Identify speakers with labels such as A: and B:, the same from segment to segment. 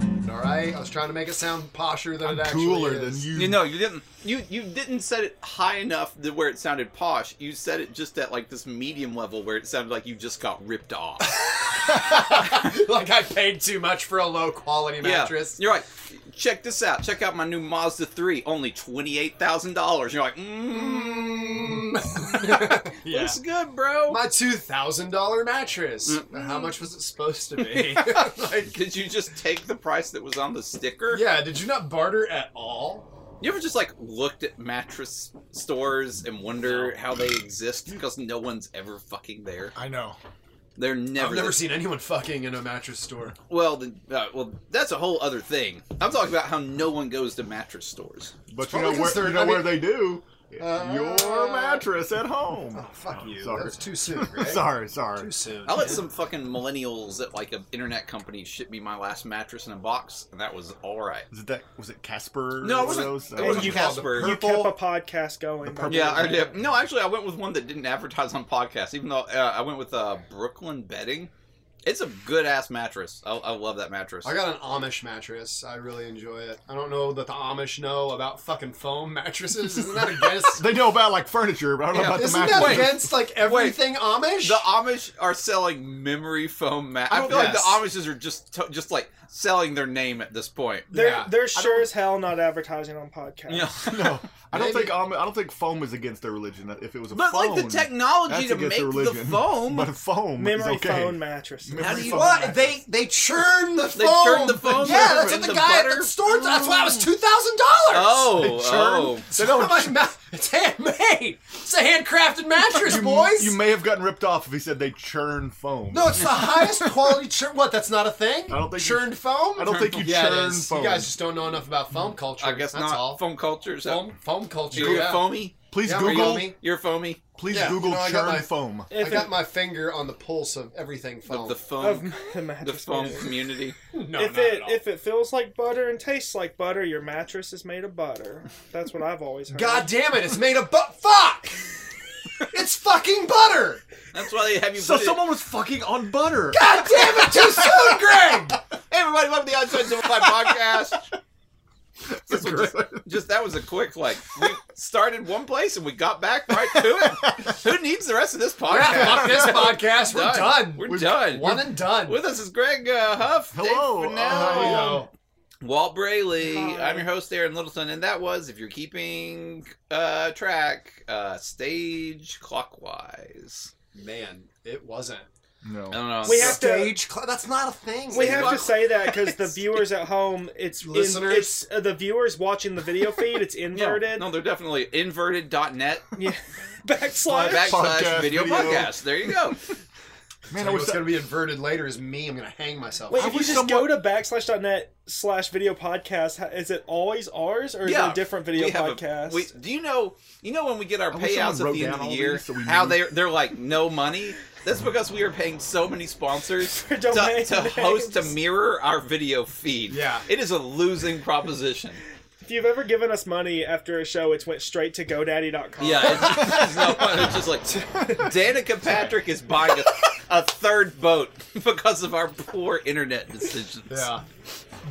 A: way. I was trying to make it sound posher than
B: I'm
A: it actually
B: cooler
A: is.
B: than you.
C: You know, you didn't. You you didn't set it high enough to where it sounded posh. You set it just at like this medium level where it sounded like you just got ripped off.
A: like I paid too much for a low quality
C: yeah,
A: mattress.
C: you're right. Check this out. Check out my new Mazda 3, only twenty eight thousand dollars. You're like, mmm,
A: Mm.
B: Yeah.
C: looks good, bro.
A: My two thousand dollar mattress. How much was it supposed to be? like,
C: Did you just take the price that was on the sticker?
A: yeah, did you not barter at all?
C: You ever just like looked at mattress stores and wonder how they exist because no one's ever fucking there.
B: I know.
C: They're never.
A: I've never
C: there.
A: seen anyone fucking in a mattress store.
C: Well, the, uh, well, that's a whole other thing. I'm talking about how no one goes to mattress stores.
B: But you
A: probably
B: know where
A: considered-
B: you know
A: I mean-
B: where they do.
A: Uh,
B: Your mattress at home.
A: Oh fuck
B: Oh,
A: you.
B: Sorry.
A: That's too soon. Right?
B: sorry,
A: Too
B: sorry.
A: soon.
C: I let some fucking millennials at like an internet company ship me my last mattress in a box, and that was all right.
B: Was it that? Was it Casper?
C: No, it
B: One of
C: wasn't.
B: those? uh,
C: It wasn't
A: you called
C: Casper.
A: the
D: You
A: Purple-
D: kept a podcast going. by
C: Yeah, I
D: doing that.
C: did. No, actually, I went with one that didn't advertise on podcasts, even though uh, I went with uh, Brooklyn Bedding. It's a good ass mattress. I, I love that mattress.
A: I got an Amish mattress. I really enjoy it. I don't know that the Amish know about fucking foam mattresses. Isn't that against?
B: They know about like furniture, but I don't
C: Yeah.
B: know about the
A: isn't
B: mattress.
A: that
C: Wait.
A: against like everything Amish?
C: the Amish are selling memory foam mat. I
A: Oh,
C: feel like the
A: yes.
C: Amishes are just to- just like selling their name at this point.
D: They're,
A: Yeah.
D: they're sure as hell not advertising on podcasts.
C: You know?
B: No, I don't
A: Maybe-
B: think um, I don't think foam is against their religion. uh, If it was a
C: But
B: phone,
C: like the technology
B: that's
C: to
B: against
C: make
B: their
C: the
B: religion.
C: foam,
B: but a foam is
D: Memory
B: okay.
D: phone mattress.
B: Memory How do you- phone
A: What?
B: mattress.
A: They they churn the
C: They
A: foam.
C: churn the foam?
A: Yeah, that's
C: In
A: what the,
C: the
A: guy at
C: butter? Mm.
A: the store. That's why it was two thousand dollars.
C: Oh, oh.
A: They don't. it's handmade. It's a handcrafted mattress,
B: You,
A: boys.
B: you may have gotten ripped off if he said they churn foam.
A: no, it's the highest quality churn. What? That's not a thing.
B: I don't think you-
A: churned foam.
B: I don't think you
A: yeah, it
B: churn
A: is.
B: foam.
A: You guys just don't know enough about foam culture.
C: I guess
A: that's
C: not.
A: all.
C: Foam cultures.
A: Foam, foam culture.
C: You're
A: Yeah.
C: foamy.
B: please
A: Yeah,
B: Google.
A: Naomi.
C: You're foamy.
B: Please
A: Yeah,
B: Google
A: you know, I got
B: churn
A: my-
B: foam.
A: I
D: If
A: got
D: it-
A: my finger on the pulse of everything
C: Of
A: foam.
C: the foam,
D: of the
C: the
D: mattress.
C: foam
D: maker.
C: community.
A: no,
D: if
A: not
D: it
A: at all.
D: if it feels like butter and tastes like butter, your mattress is made of butter. That's what I've always heard.
A: God damn it! It's made of but fuck. it's fucking butter.
C: That's why they have you.
B: So
C: put it-
B: someone was fucking on butter.
A: God damn it! Too soon, Greg.
C: Hey, everybody, welcome to the Outside Simplified podcast.
B: That's
C: This was
B: great.
C: just, just that was a quick like. We started one place and we got back right to it. Who needs the rest of this podcast?
A: Yeah, fuck this podcast. We're done.
C: We're done.
A: One and done.
C: With us is Greg uh, Huff.
B: Hello, uh,
C: Dave
A: you
C: Fennell,
A: know,
C: Walt Brayley.
D: Hi.
C: I'm your host, Aaron Littleton, and that was if you're keeping uh, track, uh, stage clockwise.
A: man, it wasn't.
B: No.
C: I
A: Um,
C: don't know.
D: We have to-
A: Stage cl- that's not a thing.
D: We have to say that because the viewers at home, it's in-
A: Listeners.
D: it's uh, the viewers watching the video feed. It's
C: Yeah,
D: inverted.
C: no, they're definitely inverted.net
D: Yeah, backslash.
C: uh, backslash
B: Podcast,
C: video,
B: video.
C: podcast. There you go.
B: Man,
A: And
B: I wish
A: what's
B: that,
A: going to be inverted later is me. I'm going to hang myself.
D: Wait,
B: I
D: if you
B: wish
D: just go to backslash.net slash video podcast, ha- is it always ours or is
C: Yeah,
D: it a different video
C: We have a-
D: podcast?
C: we- do you know? You know when we get our
B: I wish someone
C: payouts at
B: wrote
C: the end
B: down
C: of the
B: all
C: year,
B: these so we
C: how
B: knew.
C: they they're like no money. That's because we are paying so many sponsors
D: For
C: to,
D: domain
C: to host to
D: names.
C: mirror our video feed.
A: Yeah.
C: it is a losing proposition.
D: if you've ever given us money after a show, it's went straight to GoDaddy.com.
C: Yeah, it's, it's, no, it's just like Danica Patrick is buying a, a third boat because of our poor internet decisions.
A: yeah.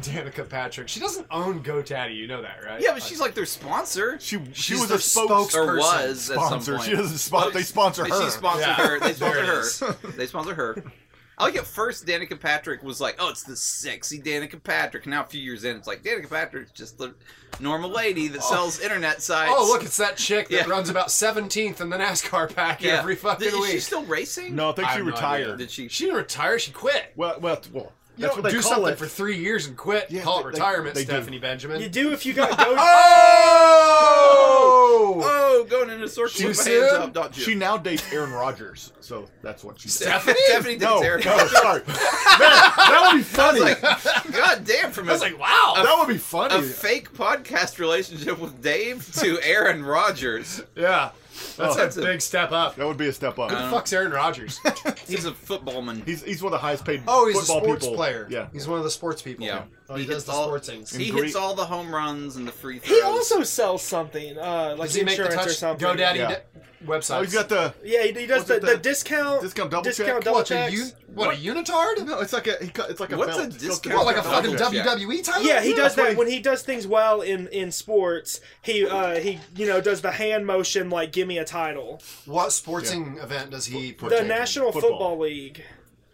A: Danica Patrick. She doesn't own GoDaddy. You know that, right?
C: Yeah, but she's like their sponsor.
B: she she
A: She's
B: was
A: their
B: a spokes
A: spokes-
C: or
A: person
C: was at some
B: sponsor.
C: point.
B: She doesn't
A: Oh,
B: sponsor. They sponsor
C: They-
B: her.
C: She sponsored
A: Yeah.
C: her. They
A: There
C: sponsor
A: it is.
C: her. They sponsor her. I like at first Danica Patrick was like, oh, it's the sexy Danica Patrick. Now a few years in, it's like Danica Patrick's just the normal lady that sells internet sites.
A: Oh, look, it's that chick that
C: Yeah.
A: runs about 17th in the NASCAR pack
C: Yeah.
A: every fucking
C: Is she
A: week.
C: still racing?
B: no, I think
A: I
B: she
A: have no
B: retired.
C: Did she?
A: She didn't retire. She quit.
B: Well, well, well
A: You
B: that's
A: don't
B: what they
A: do
B: call
A: something
B: it.
A: for three years and quit.
B: Yeah,
A: call
B: they-
A: it
B: they-
A: retirement,
B: they do.
A: Stephanie Benjamin.
D: You do if you got Go.
A: oh!
C: Oh, going into circle
A: She
C: with my
A: said-
C: hands up. Don't you?
B: She now dates Aaron Rodgers, so that's what she said.
A: Stephanie?
C: Stephanie
B: No,
C: Dixer.
B: no, sorry. Man, that would be funny.
C: God damn, from
A: I
C: a,
A: was like, wow.
B: that would be
C: a
B: funny.
C: fake podcast relationship with Dave to Aaron Rodgers.
A: yeah. That's,
B: Oh.
A: a big step up.
B: that would be a step up.
A: Who the fuck's Aaron Rodgers?
C: He's a footballman.
B: He's he's one of the highest paid.
A: Oh, he's a
B: football
A: sports
B: people.
A: player.
B: Yeah.
A: He's one of the sports people.
C: Yeah.
A: Oh, he,
C: He
A: does
C: hits
A: the
C: all-
A: sports things.
C: He
B: Greek-
C: hits all the home runs and the free throws.
D: He also sells something, uh, like
A: does he make the
D: insurance
A: touch?
D: or something.
A: GoDaddy
B: Yeah.
A: da- websites.
B: Oh, he's got the
D: Yeah, he, he does
B: What's it,
D: the, the,
B: the-
D: discount.
B: discount double
D: Discount
B: check.
D: double
A: what,
D: checks.
A: the un- what, a unitard?
B: no, it's like a he cut- it's like a
C: What's
B: belt.
C: a
B: It's
C: discount
A: What, like a
C: Double
A: fucking E
C: check.
A: WWE title?
D: yeah, he does
B: that's why
D: that
B: he-
D: when he does things well in in sports. He uh he you know does the hand motion like give me a title.
A: What sporting event does he put?
D: The National
B: football.
D: Football, League.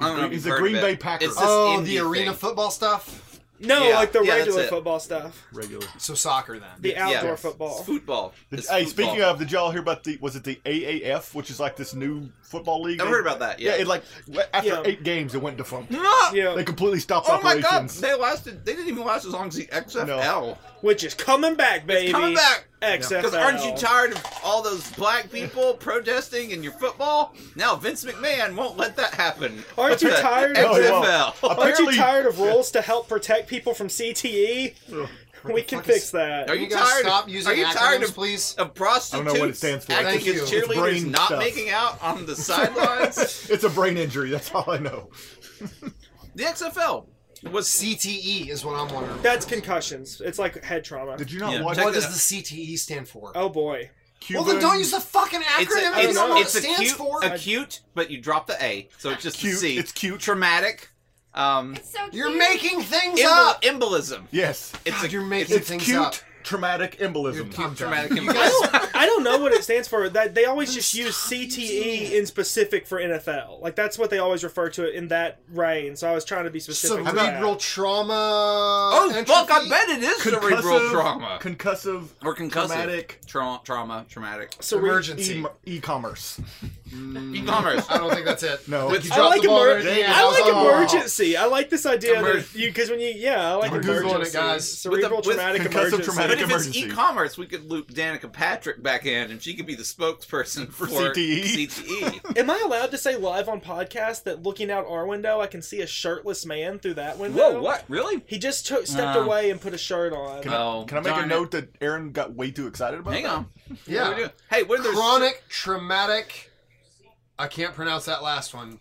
C: I don't know if
B: He's
C: you've
B: a
C: heard
B: Green
C: of
B: Bay
C: it.
B: Packer.
C: It's this
A: Oh,
C: indie
A: the arena
C: thing.
A: football stuff.
D: No,
C: Yeah.
D: like the
C: Yeah, that's
D: regular
C: it.
D: football stuff.
B: regular.
A: So soccer then.
D: The outdoor
C: Yeah. It's
D: football.
C: football. It's
B: hey,
C: football.
B: speaking of, did y'all hear about the? Was it the AAF, which is like this new football league?
C: I've heard about that.
B: Yeah,
C: Yeah.
B: it like after
D: Yeah.
B: eight games, it went defunct.
C: Ah!
D: Yeah,
B: They completely stopped
C: Oh my god!
B: operations.
C: They lasted. They didn't even last as long as the XFL.
D: which is coming back, baby.
C: Coming back.
D: XFL.
C: Because aren't you tired of all those black people protesting in your football? Now Vince McMahon won't let that happen.
D: Aren't you
C: With the
D: tired of- No, he won't.
C: XFL?
D: Aren't you
B: Apparently-
D: tired of rules to help protect people from CTE? we can
A: fuck is-
D: fix that.
C: Are
A: Can
C: you
A: you guys
C: tired of-
A: stop using
C: are you
A: acronyms,
C: tired of-
A: please?
C: A prostitute
B: I don't know what it stands for.
A: Thank
C: acting
A: you.
C: as
A: It's
C: cheerleaders,
B: brain
C: not
B: stuff.
C: making out on the sidelines.
B: it's a brain injury. That's all I know.
C: the XFL was
A: CTE E is what I'm wondering.
D: That's concussions. It's like head trauma.
B: Did you not
C: Yeah,
B: watch
C: check
A: what
C: that
A: does
C: out.
A: the CTE stand for?
D: Oh boy.
B: Cuban?
A: well, then don't use the fucking acronym.
C: it's a,
A: if you
C: it's,
A: don't know what
C: it's
A: it
C: a
A: stands
C: cute,
A: for.
C: acute, but you drop the A, so it's just a
B: Cute.
C: C.
B: It's cute.
C: traumatic. Um,
E: It's so cute.
A: You're making things
C: embol-
A: up.
C: embolism.
B: Yes,
C: It's
A: God,
C: a
A: you're making
B: it's
A: things
B: cute
A: up.
B: traumatic
A: You're
B: embolism.
A: cute
C: traumatic
A: You guys,
C: embolism.
D: I don't know what it stands for. That they always just use CTE in specific for NFL. Like that's what they always refer to it in that reign. So I was trying to be specific. for that.
A: cerebral trauma.
C: Oh
A: entropy?
C: fuck! I bet it is cerebral trauma
B: concussive,
C: or concussive
B: traumatic
C: Tra- trauma, traumatic.
D: Cere-
A: Emergency.
B: e- e-commerce.
C: E-commerce.
A: I don't think that's it.
B: No.
A: Like, you
D: I
A: dropped
D: like
A: the ball
D: emer-
A: right in the end.
D: I like
A: was
D: emergency. I like this idea
C: Emerg-
D: that you because when you yeah I like
A: We're Googling it,
D: emergency.
A: guys.
D: Cerebral
C: With the- with
D: traumatic
B: concussive
D: emergency.
B: traumatic-
C: But if it's
B: emergency.
C: e-commerce, we could loop Danica Patrick back in, and she could be the spokesperson for,
B: CTE.
C: E. CTE.
D: Am I allowed to say live on podcast that looking out our window I can see a shirtless man through that window?
C: Whoa! What? Really?
D: He just took, stepped
C: Uh.
D: away and put a shirt on.
B: Can, I-
C: Oh,
B: can I, make
C: darn
B: a
C: it.
B: note that Aaron got way too excited about?
C: Hang
B: that?
C: on. What are we
A: Yeah.
C: doing? Hey, what are those?
A: Chronic traumatic. I can't pronounce that last one.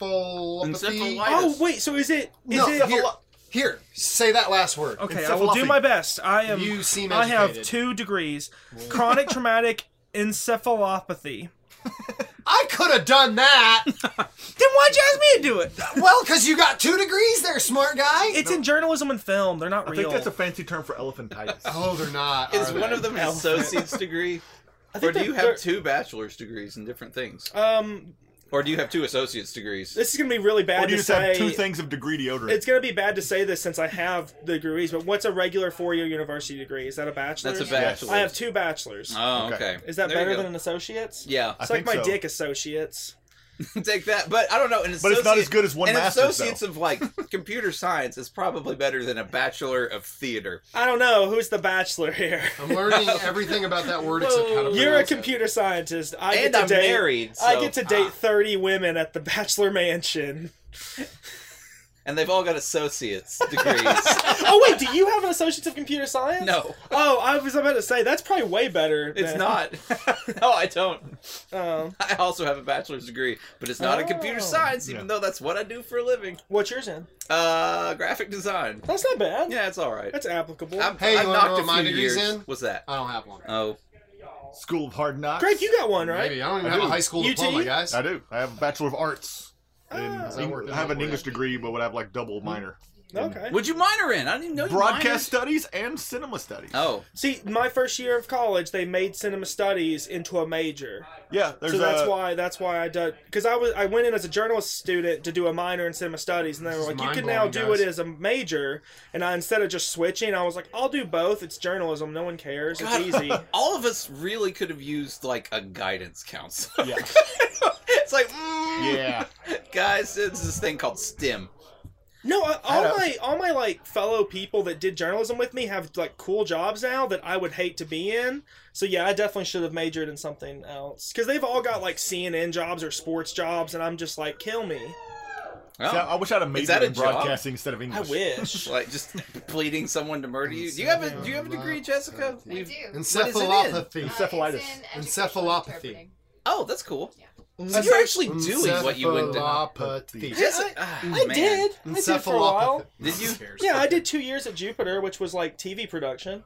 A: Encephalopathy.
C: Encephalitis.
D: Oh wait, so is it is
A: No,
D: it
A: here, here, say that last word.
D: Okay, I will do
B: Encephalopathy.
D: my best. I am.
A: You seem
D: I have
A: educated.
D: two degrees: chronic traumatic encephalopathy.
A: I could have done that.
D: Then why'd you ask me to do it?
A: well, because you got two degrees there, smart guy.
D: It's in journalism and film. They're not
B: I
D: real.
B: think that's a fancy term for elephantitis.
A: oh, they're not.
C: Is
A: are
C: one
A: they?
C: of them an associate's degree,
D: I
C: or
D: think
C: do you
D: they're-
C: have two bachelor's degrees in different things,
D: they're- Um,
C: or do you have two associate's degrees?
D: this is gonna be really bad
B: or do you
D: to
B: just
D: say.
B: have two things of degree deodorant?
D: It's gonna be bad to say this since I have the degrees. But what's a regular four-year university degree? Is that a bachelor's?
C: That's a bachelor's.
D: I have two bachelors.
C: Oh,
B: Okay.
C: okay.
D: is that
C: There you
D: better
C: go.
D: than an associate's?
C: Yeah,
B: I
D: It's like
B: think
D: my
B: so.
D: dick associates.
C: take that. But I don't know. An
B: But it's not
C: associate-
B: as good as one
C: An
B: master's,
C: associate's
B: though.
C: of like computer science is probably better than a bachelor of theater.
D: I don't know who's the bachelor here.
A: I'm learning everything about that word except how to
D: You're a
A: pronounce it.
D: computer scientist. I
C: and
D: get to
C: I'm
D: date,
C: married.
D: I
C: so-
D: get to date
A: ah.
D: 30 women at the Bachelor Mansion.
C: and they've all got associate's degrees.
D: oh wait, do you have an Associates of Computer Science?
C: No,
D: Oh, I was about to say that's probably way better.
C: it's
D: than-
C: not. no, I don't.
D: Um,
C: I also have a bachelor's degree, but it's not in computer
D: Oh.
C: science, even
B: Yeah.
C: though that's what I do for a living.
D: what's yours in?
C: Uh, graphic design.
D: That's not bad.
C: Yeah, it's all right.
D: That's applicable.
C: I'm,
A: Hey, you
C: I've
A: wanna know
C: knocked
A: what
C: a
A: my
C: few
A: degree's
C: years.
A: in?
C: What's that?
A: I don't have one.
C: Oh,
B: School of Hard Knocks.
D: Greg, you got one right?
A: Maybe I don't even
B: I
A: have a
B: do.
A: high school
D: UT?
A: diploma, guys.
B: I do. I have a Bachelor of Arts. In
D: Ah.
A: that work?
B: Eng- I have an English degree, but would have like double
D: Hmm?
B: minor.
D: Okay.
C: would you minor in? I didn't even know. you
B: Broadcast studies and cinema studies.
C: minored. Oh,
D: See, my first year of college, they made cinema studies into a major.
B: Yeah, there's
D: so that's
B: a,
D: why that's why I did because I was I went in as a journalist student to do a minor in cinema studies, and they were
A: This is
D: like, you can now
A: mind-blowing,
D: do it
A: guys.
D: as a major. And I instead of just switching, I was like, I'll do both. It's journalism. No one cares.
C: God.
D: It's easy.
C: all of us really could have used like a guidance counselor.
B: Yeah.
C: it's like, mm,
B: Yeah.
C: guys, it's this thing called STEM.
D: No, I,
B: I
D: all
B: don't-
D: my all my like fellow people that did journalism with me have like cool jobs now that I would hate to be in. So yeah, I definitely should have majored in something else because they've all got like CNN jobs or sports jobs, and I'm just like, kill me.
C: Oh.
B: See, I I wish I'd have majored
C: that a
B: in
C: job?
B: broadcasting instead of
D: I
B: English.
D: wish.
C: like just pleading someone to murder you. Do you have a Do you have a degree, Jessica?
E: I do.
A: Encephalopathy.
B: Encephalitis.
E: Uh, it's in educational
A: Encephalopathy.
E: interpreting.
C: Oh, that's cool. So
D: That's
C: you're
D: like-
C: actually doing what you went to.
A: Encephalopathy.
C: Yes,
D: I-
C: ah,
D: I
C: man.
D: did. I did for a while.
A: Encephalopathy.
C: Did you?
A: Who cares?
D: Yeah, I did two years at Jupiter, which was like TV production.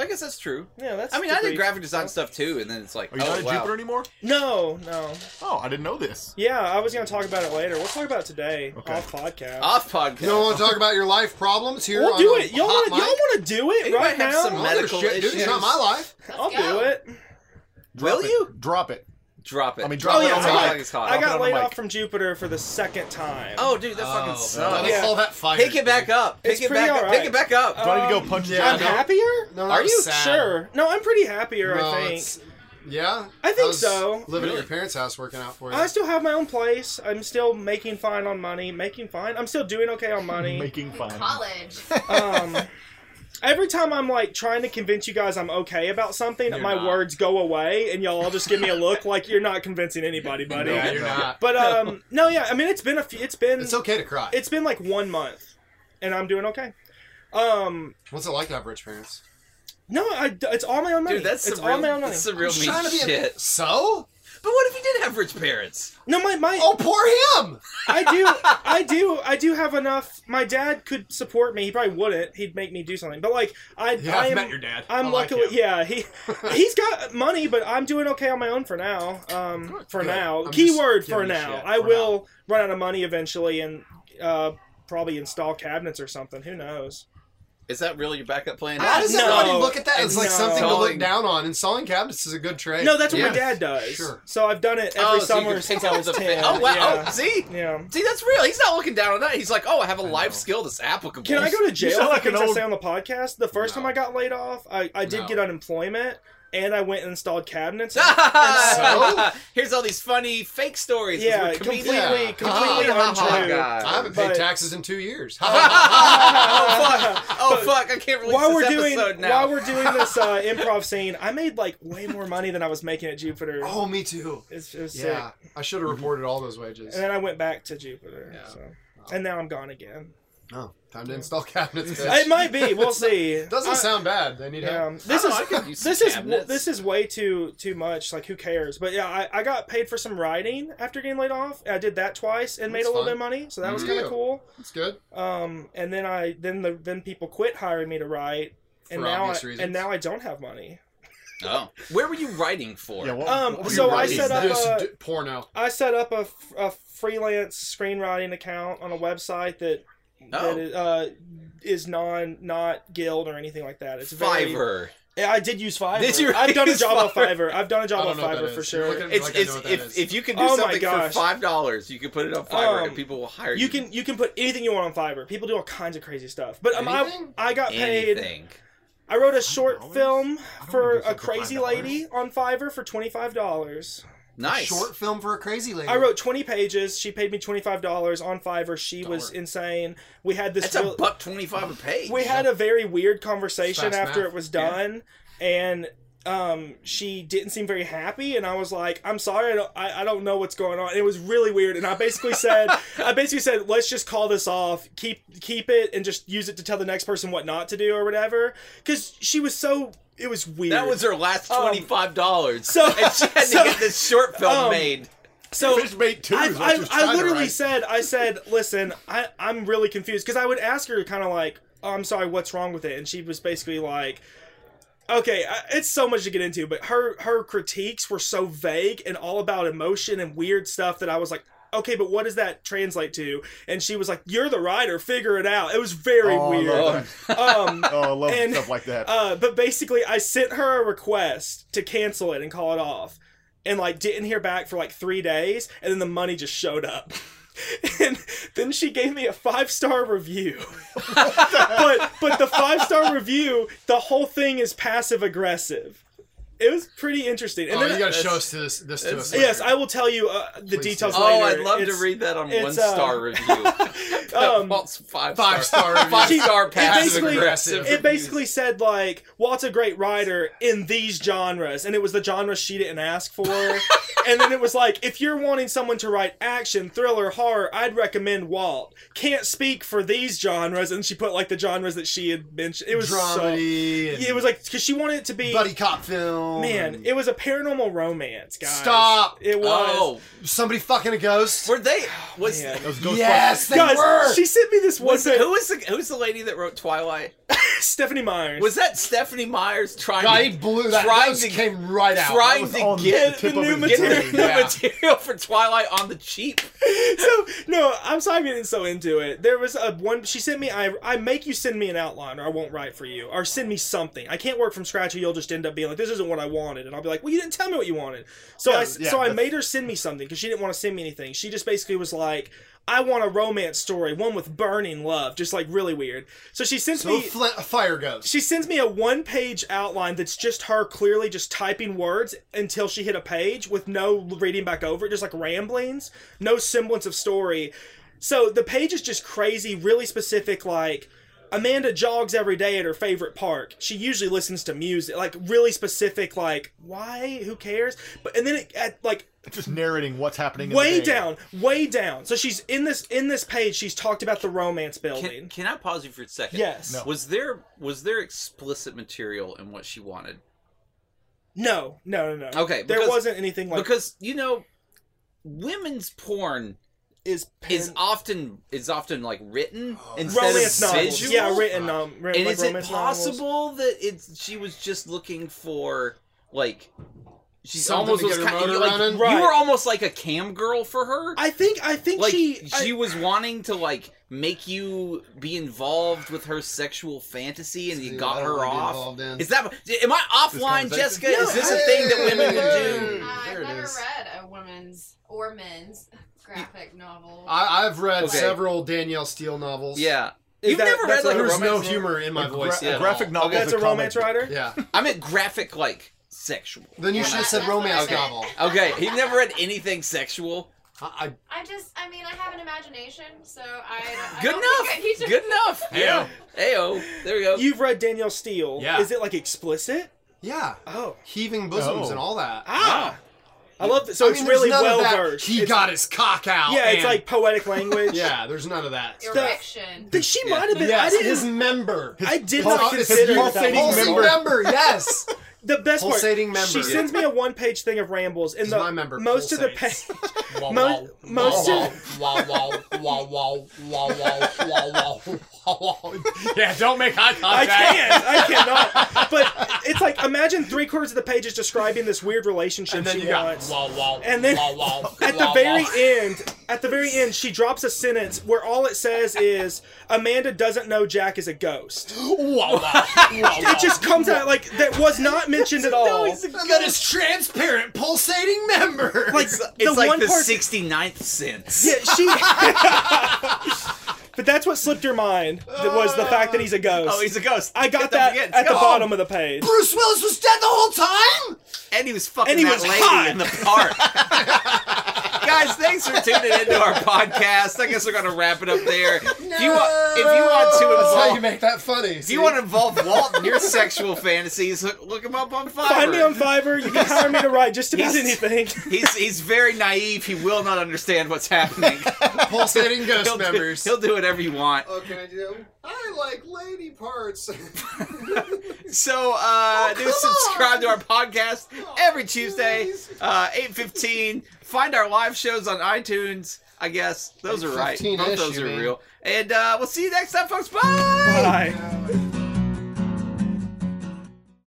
C: I guess that's true.
D: Yeah, that's.
C: I mean, I did
D: degree-
C: graphic design stuff too, and then it's like,
B: Are you
C: oh
B: not at
C: wow.
B: Jupiter anymore?
D: No, no.
B: Oh, I didn't know this.
D: Yeah, I was gonna talk about it later. We'll talk about it today
B: Okay.
D: off podcast.
C: Off podcast.
A: You don't want to talk about your life problems here?
D: we'll
A: on
D: do
A: a
D: it. Y'all
A: hot
D: want to y'all
A: mic?
D: want to do it
C: Anybody
D: right
C: have
D: now?
A: I don't
C: some-
A: give a
C: medical
A: shit, dude. It's
C: issues.
A: not my life.
D: I'll do it.
B: Drop
C: Will
B: it.
C: you?
B: drop it?
C: drop it?
B: I mean,
D: Oh
B: drop it
D: yeah,
B: on
D: I
B: the
D: got,
B: mic.
C: It's hot.
B: Drop
D: I
B: it on
D: got
B: the
D: laid
B: mic.
D: off from Jupiter for the second time.
C: oh dude, that
A: Oh,
C: fucking
A: Why
C: sucks.
A: they
D: Yeah.
A: call that fire.
C: Pick it back up. Pick
D: It's
C: it
D: pretty
C: back up.
D: alright.
C: Pick it back up.
B: Do I need to go
D: Um,
B: punch
A: yeah,
D: I'm
B: you?
A: no.
D: happier.
A: No,
C: Are
A: that's
C: you?
A: sad.
D: Sure. No, I'm pretty happier.
A: No,
D: I think.
A: it's- Yeah.
D: I think
A: How's
D: so.
A: Living at
C: Really?
A: your parents' house working out for you.
D: I still have my own place. I'm still making fine on money. Making fine. I'm still doing okay on money.
B: Making
E: In
B: fun.
E: college. Uh,
D: um, every time I'm like trying to convince you guys I'm okay about something,
C: You're
D: my
C: not.
D: words go away, and y'all all just give me a look like you're not convincing anybody, buddy.
A: yeah,
B: No.
A: you're not.
D: But um, no, yeah. I mean, it's been a few. It's been
A: It's okay to cry.
D: it's been like one month, and I'm doing okay. Um,
A: What's it like to have rich parents?
D: no, I, it's all my own money.
C: Dude, that's
D: it's
C: some
D: all
C: real,
D: my own money.
C: that's some real
A: I'm
C: mean
A: trying to be a-
C: shit.
A: So?
C: But what if you did have rich parents?
D: No, my my
A: Oh, poor him!
D: I do, I do, I do have enough. My dad could support me. He probably wouldn't. He'd make me do something. But like, I,
A: Yeah,
D: I
A: I've
D: am,
A: met your dad. I
D: I'm
A: like
D: luckily,
A: him.
D: yeah. He, he's got money, but I'm doing okay on my own for now. Um,
A: Good,
D: for
A: good.
D: now,
A: I'm just
D: keyword for
A: giving a
D: now.
A: shit
D: I
A: for
D: will run out of money eventually, and uh, probably install cabinets or something. Who knows?
C: Is that really your backup plan?
A: How does
D: No.
A: everybody look at that as like
D: No.
A: something to look
C: Installing-
A: down on? Installing cabinets is a good trade.
D: No, that's what my
C: Yes.
D: dad does.
A: Sure.
D: So I've done it every
C: oh, so you
D: summer
C: can
D: since
C: pick
D: I
C: up
D: was
C: the fa-
D: ten.
C: Oh wow!
D: Yeah.
C: Oh, see,
D: yeah.
C: see, that's real. He's not looking down on that. He's like, oh, I have a
A: I
C: life
A: know.
C: skill that's applicable.
D: Can I go to jail
B: sound
D: for
B: like an
D: things I
B: old-
D: say on the podcast? The first
A: No.
D: time I got laid off, I, I did
A: No.
D: get unemployment, and I went and installed cabinets.
A: So?
C: Here's all these funny fake stories. 'cause
D: yeah,
C: we're comedians.
D: completely,
A: Yeah.
D: completely
C: Ah,
D: untrue.
C: God.
A: I haven't paid
D: But-
A: taxes in two years.
C: oh fuck! Oh
D: But
C: fuck! I can't release
D: While we're
C: this
D: doing
C: episode now.
D: while we're doing this uh, improv scene, I made like way more money than I was making at Jupiter.
A: oh, me too.
D: It's just
A: Yeah,
D: sick. Mm-hmm.
A: I should have reported all those wages.
D: And then I went back to Jupiter.
A: Yeah.
D: So. And now I'm gone again.
A: No, Oh, time to install cabinets. bitch.
D: It might be. We'll see.
A: Doesn't
D: I-
A: sound bad. They need help.
D: Yeah. This
C: I
D: is
C: don't know, I could use some
D: this is
C: cabinets.
D: this is way too too much. Like who cares? But yeah, I, I got paid for some writing after getting laid off. I did that twice and made
A: That's
D: a little
A: fun.
D: bit of money, so that was
A: Mhm.
C: Mm.
D: kind of cool.
A: It's good.
D: Um, and then I then the then people quit hiring me to write, and
A: For
D: now I,
A: obvious reasons.
D: and now I don't have money.
C: Oh, where were you writing for?
B: Yeah, what,
D: Um,
B: what were you
D: so I
B: writing?
D: set up
A: Just
D: a-
A: d- porno.
D: I set up a, f- a freelance screenwriting account on a website that
C: Oh.
D: that is, uh, is non not guild or anything like that. It's very-
C: Fiverr.
D: Yeah, I did use Fiverr.
C: Did you
D: I've done a
C: use
D: job on
C: Fiverr?
D: Fiverr. I've done a
A: I
D: job
A: don't
D: on
A: know what that
D: Fiverr
A: is.
D: for
A: You're
D: sure.
A: looking at me
C: It's,
A: like I know
C: it's
A: what that
C: if,
A: is.
C: if you can do
D: Oh my
C: something for
D: gosh.
C: five dollars, you can put it on Fiverr and
D: Um,
C: people will hire you.
D: You can you can put anything you want on Fiverr. People do all kinds of crazy stuff. But um, I
A: Anything?
D: I got paid.
C: anything.
D: I wrote a short
B: dollars?
D: film
B: wanna
D: for
B: do
D: a
B: something for
D: crazy
B: $5.
D: lady on Fiverr for twenty five dollars.
C: Nice.
A: Short film for a crazy lady.
D: I wrote twenty pages. She paid me twenty five dollars on Fiverr. She was
A: Darn.
D: insane. We had this.
C: That's
D: real-
C: a buck twenty-five a page.
D: we had a very weird conversation
A: Fast
D: after
A: math.
D: it was done, and um, she didn't seem very happy. And I was like, "I'm sorry, I don't, I, I don't know what's going on." And it was really weird. And I basically said, "I basically said, let's just call this off, keep keep it, and just use it to tell the next person what not to do or whatever." Because she was so, it was weird.
C: That was her last
D: Um,
C: twenty-five dollars.
D: so-
C: and she had
D: so-
C: to get this short film
D: um,
C: made.
D: so
B: Fish bait two.
D: I,
B: is what
D: I,
B: you was trying
D: I
B: to
D: literally
B: write.
D: said, I said, listen, I, I'm really confused because I would ask her kind of like, oh, I'm sorry, what's wrong with it? And she was basically like, okay, I, it's so much to get into, but her her critiques were so vague and all about emotion and weird stuff that I was like. Okay, but what does that translate to? And she was like, "You're the writer. Figure it out." It was very
B: Oh, I
D: weird.
B: love
D: Um,
B: that. Oh, I love
D: and-
B: stuff like that.
D: uh, but basically, I sent her a request to cancel it and call it off, and like didn't hear back for like three days, and then the money just showed up. And then she gave me a five star review, but but the five star review, the whole thing is passive aggressive. It was pretty interesting. And
A: oh,
D: then
A: you gotta
C: that's-
A: show us to this, this to
C: that's-
A: us. later.
D: yes, I will tell you uh, the
A: Please
D: details
A: do.
D: later.
C: Oh, I'd love
D: It's-
C: to read that on
D: it's,
C: one
D: uh,
C: star review.
D: um,
C: Walt's five
A: Five
C: star,
A: star review.
C: five star
D: It
C: passive
D: basically-
C: aggressive.
D: it basically said like Walt's a great writer in these genres, and it was the genre she didn't ask for. and then it was like, if you're wanting someone to write action, thriller, horror, I'd recommend Walt. Can't speak for these genres, and she put like the genres that she had mentioned. It was so,
A: dramedy. and
D: it was like because she wanted it to be
A: buddy cop film.
D: man.
A: and
D: It was a paranormal romance, guys.
A: Stop.
D: It was. Oh,
C: Oh,
A: somebody fucking a ghost.
C: were they? Was
D: Man.
B: Those ghost
A: Yes, they
D: Guys,
A: were.
D: she sent me this one.
C: was
D: thing.
C: who was the who's the lady that wrote Twilight?
D: Stephanie Myers.
C: Was that Stephanie Myers trying
A: God, he
C: to
A: blew that.
C: Trying
A: Trying
C: to-
A: came right out.
C: trying
A: That was
C: to
A: all-
B: on
C: get
B: the tip
D: the
B: of
D: new
B: his
C: get
D: material.
B: brain.
C: the
A: Yeah.
C: material for Twilight on the cheap?
D: so no, I'm sorry I'm getting so into it. There was a one she sent me. I I make you send me an outline, or I won't write for you, or send me something. I can't work from scratch, or you'll just end up being like, this isn't what I wanted, and I'll be like, well, you didn't tell me what you wanted. So I
B: Yeah,
D: s-
B: yeah,
D: so I
B: that's-
D: made her send me something because she didn't want to send me anything. She just basically was like. I want a romance story, one with burning love, just like really weird. So she sends
A: So
D: me
A: fl- fire goes.
D: she sends me a one page outline that's just her clearly just typing words until she hit a page with no reading back over it, just like ramblings, no semblance of story. So the page is just crazy, really specific, like Amanda jogs every day at her favorite park. She usually listens to music, like really specific, like why? Who cares? But and then it at like
B: Just narrating what's happening. in the
D: way
B: game.
D: down, way down. So she's in this in this page. She's talked about the romance
C: Can,
D: building.
C: can I pause you for a second?
D: yes.
B: No.
C: Was there was there explicit material in what she wanted?
D: No. No. No. No.
C: Okay,
D: There
C: because-
D: wasn't anything like
C: because you know, women's porn
D: is
C: is
D: pen- Oh,
C: often is often like written instead
D: romance
C: of
D: novels.
C: visual.
D: Yeah, written
A: um,
D: nom- ri-
C: And
D: like
C: is it
D: romance novels.
C: possible that it's she was just looking for like she's
A: Something
C: almost
A: to
C: was
A: get her
C: kind of
A: motor
C: like,
A: running?
C: you
D: Right.
C: were almost like a cam girl for her.
D: I think I think
C: like
D: she
C: she,
D: I-
C: was wanting to like make you be involved with her sexual fantasy and you
A: Dude,
C: got
A: I don't
C: her
A: wanna be
C: off.
A: involved in-
C: Is that am I offline,
B: conversation?
C: Jessica?
D: No,
C: is this a thing that women
A: Hey!
C: would do?
A: There
E: Uh, I've
A: it
E: never
A: is.
E: read a women's or men's graphic novel.
A: I, I've read
C: Okay.
A: several Danielle Steele novels.
C: Yeah,
D: Is
C: you've
D: that-
C: never
D: that's
C: read like
D: a-
C: a
A: There's
C: romance
A: no
C: novel?
A: humor in my
B: A gra-
A: voice.
C: yeah.
B: a graphic novel.
C: Okay.
D: Oh, that's
B: is
D: a romance
B: comic.
D: writer.
A: Yeah.
C: I meant graphic, like sexual.
A: Then you
C: Yeah.
A: should have said
E: That's what I
A: romance
E: said.
A: novel.
C: Okay, he never read anything sexual.
A: I,
E: I just, I mean, I have an imagination, so I. I
C: Good
E: don't think I need
C: enough.
E: to-
C: Good
A: Yeah.
C: enough. Heyo. There we go.
D: You've read Danielle Steele.
A: Yeah.
D: Is it like explicit?
A: I, yeah.
D: Oh.
A: Heaving bosoms
B: Oh.
A: and all that.
D: Ah. I love that. So
A: I
D: it's
A: mean, there's
D: really
A: none of
D: well
A: that,
D: versed.
A: He
D: It's-
A: got his cock out.
D: Yeah, it's
A: and-
D: like poetic language.
A: Yeah, there's none of that.
D: Your-
E: Erection.
D: That she
C: Yeah.
D: might have been. I
A: Yes,
D: didn't.
A: his member.
D: I did
B: pul-
D: not
B: his
D: consider that.
B: pulsating
D: that was-
A: Pulsing
B: member.
A: member, yes.
D: The best part.
A: Pulsating member.
D: She sends me a one-page thing of rambles, and
A: He's
D: the
A: my member.
D: most of the
A: Pulsates.
D: page.
A: Wow,
D: Mo- most of-
A: wow, wow, wow, wow, wow, wow, wow, wow, wow. Yeah, don't make eye contact.
D: I can, I cannot. But it's like imagine three quarters of the page is describing this weird relationship
A: And then
D: she
A: you got
D: wants.
A: wow, wow,
D: And then-
A: wow, wow,
D: at the
A: wow,
D: very
A: wow.
D: end, at the very end, she drops a sentence where all it says is Amanda doesn't know Jack is a ghost.
A: Wow, wow, wow, wow.
D: It just comes out like that was not mentioned at all.
A: I got his transparent pulsating member.
D: Like
C: It's,
D: the
C: it's like
D: one
C: the
D: part.
C: 69th sense.
D: yeah, she. but that's what slipped your mind. That was the fact that he's a ghost.
C: Oh, he's a ghost.
D: I got
C: Don't
D: that
C: forget, it's
D: at the
C: ghost.
D: bottom of the page.
A: Bruce Willis was dead the whole time.
C: And he was fucking
D: And he
C: that
D: was
C: lady
D: hot.
C: in the park. Guys, thanks for tuning into our podcast. I guess we're gonna wrap it up there. If you want, if you want to
A: That's how you
C: involve,
A: make that funny.
C: if you want to involve Walt in your sexual fantasies, look, look him up on Fiverr.
D: Find me on Fiverr. You can hire me to write just about
C: He's-
D: anything.
C: He's he's very naive. He will not understand what's happening.
A: pulsating ghost
C: He'll do,
A: members.
C: he'll do whatever you want.
A: Oh, can I do? I like lady parts.
C: So uh, do
A: come
C: subscribe
A: on.
C: to our podcast every Tuesday,
A: please.
C: uh, eight fifteen. Find our live shows on iTunes. I guess those are right.
A: 8:15
C: Both
A: -ish,
C: those
A: you
C: are
A: mean.
C: real. And uh, we'll see you next time, folks. Bye.
D: Bye.
A: Now I-